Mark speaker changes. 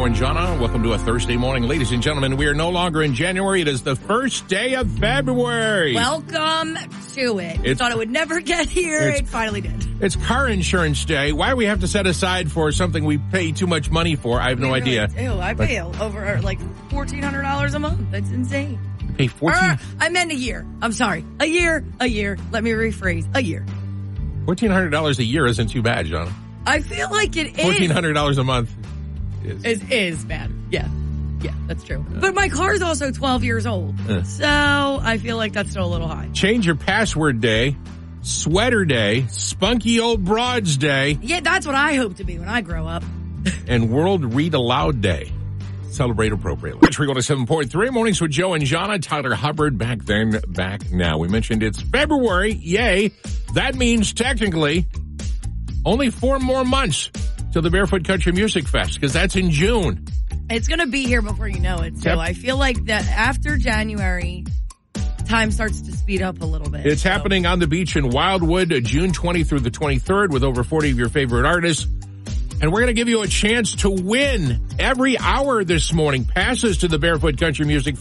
Speaker 1: Manjana. Welcome to a Thursday morning. Ladies and gentlemen, we are no longer in January. It is the first day of February.
Speaker 2: Welcome to it.
Speaker 1: It's-
Speaker 2: Thought it would never get here.
Speaker 1: It's-
Speaker 2: It finally did.
Speaker 1: It's car insurance day. Why we have to set aside for something we pay too much money for, I have no
Speaker 2: Really,
Speaker 1: idea.
Speaker 2: Ew, I pay over like fourteen hundred dollars a month. That's insane.
Speaker 1: Pay 14,
Speaker 2: Er, I meant a year. I'm sorry. A year. A year. Let me rephrase. A year.
Speaker 1: $1,400 a year isn't too bad, John.
Speaker 2: I feel like it is.
Speaker 1: $1,400 a month. is-
Speaker 2: is is bad. Yeah. Yeah, that's true. But my car's also 12 years old.
Speaker 1: Yeah.
Speaker 2: So I feel like that's still a little high.
Speaker 1: Change your password day, sweater day, spunky old broads day,
Speaker 2: Yeah, that's what I hope to be when I grow up.
Speaker 1: and World Read Aloud Day. Celebrate appropriately. Let's go to 7.3 mornings with Joe and Jana, Tyler Hubbard, back then, back now. We mentioned it's February. Yay. That means technically only four more months till the Barefoot Country Music Fest because that's in June.
Speaker 2: It's going to be here before you know it. So
Speaker 1: Yep.
Speaker 2: I feel like that after January, time starts to speed up a little bit.
Speaker 1: It's
Speaker 2: So-
Speaker 1: happening on the beach in Wildwood, uh, June 20 through the 23rd with over 40 of your favorite artists. And we're going to give you a chance to win every hour this morning passes to the Barefoot Country Music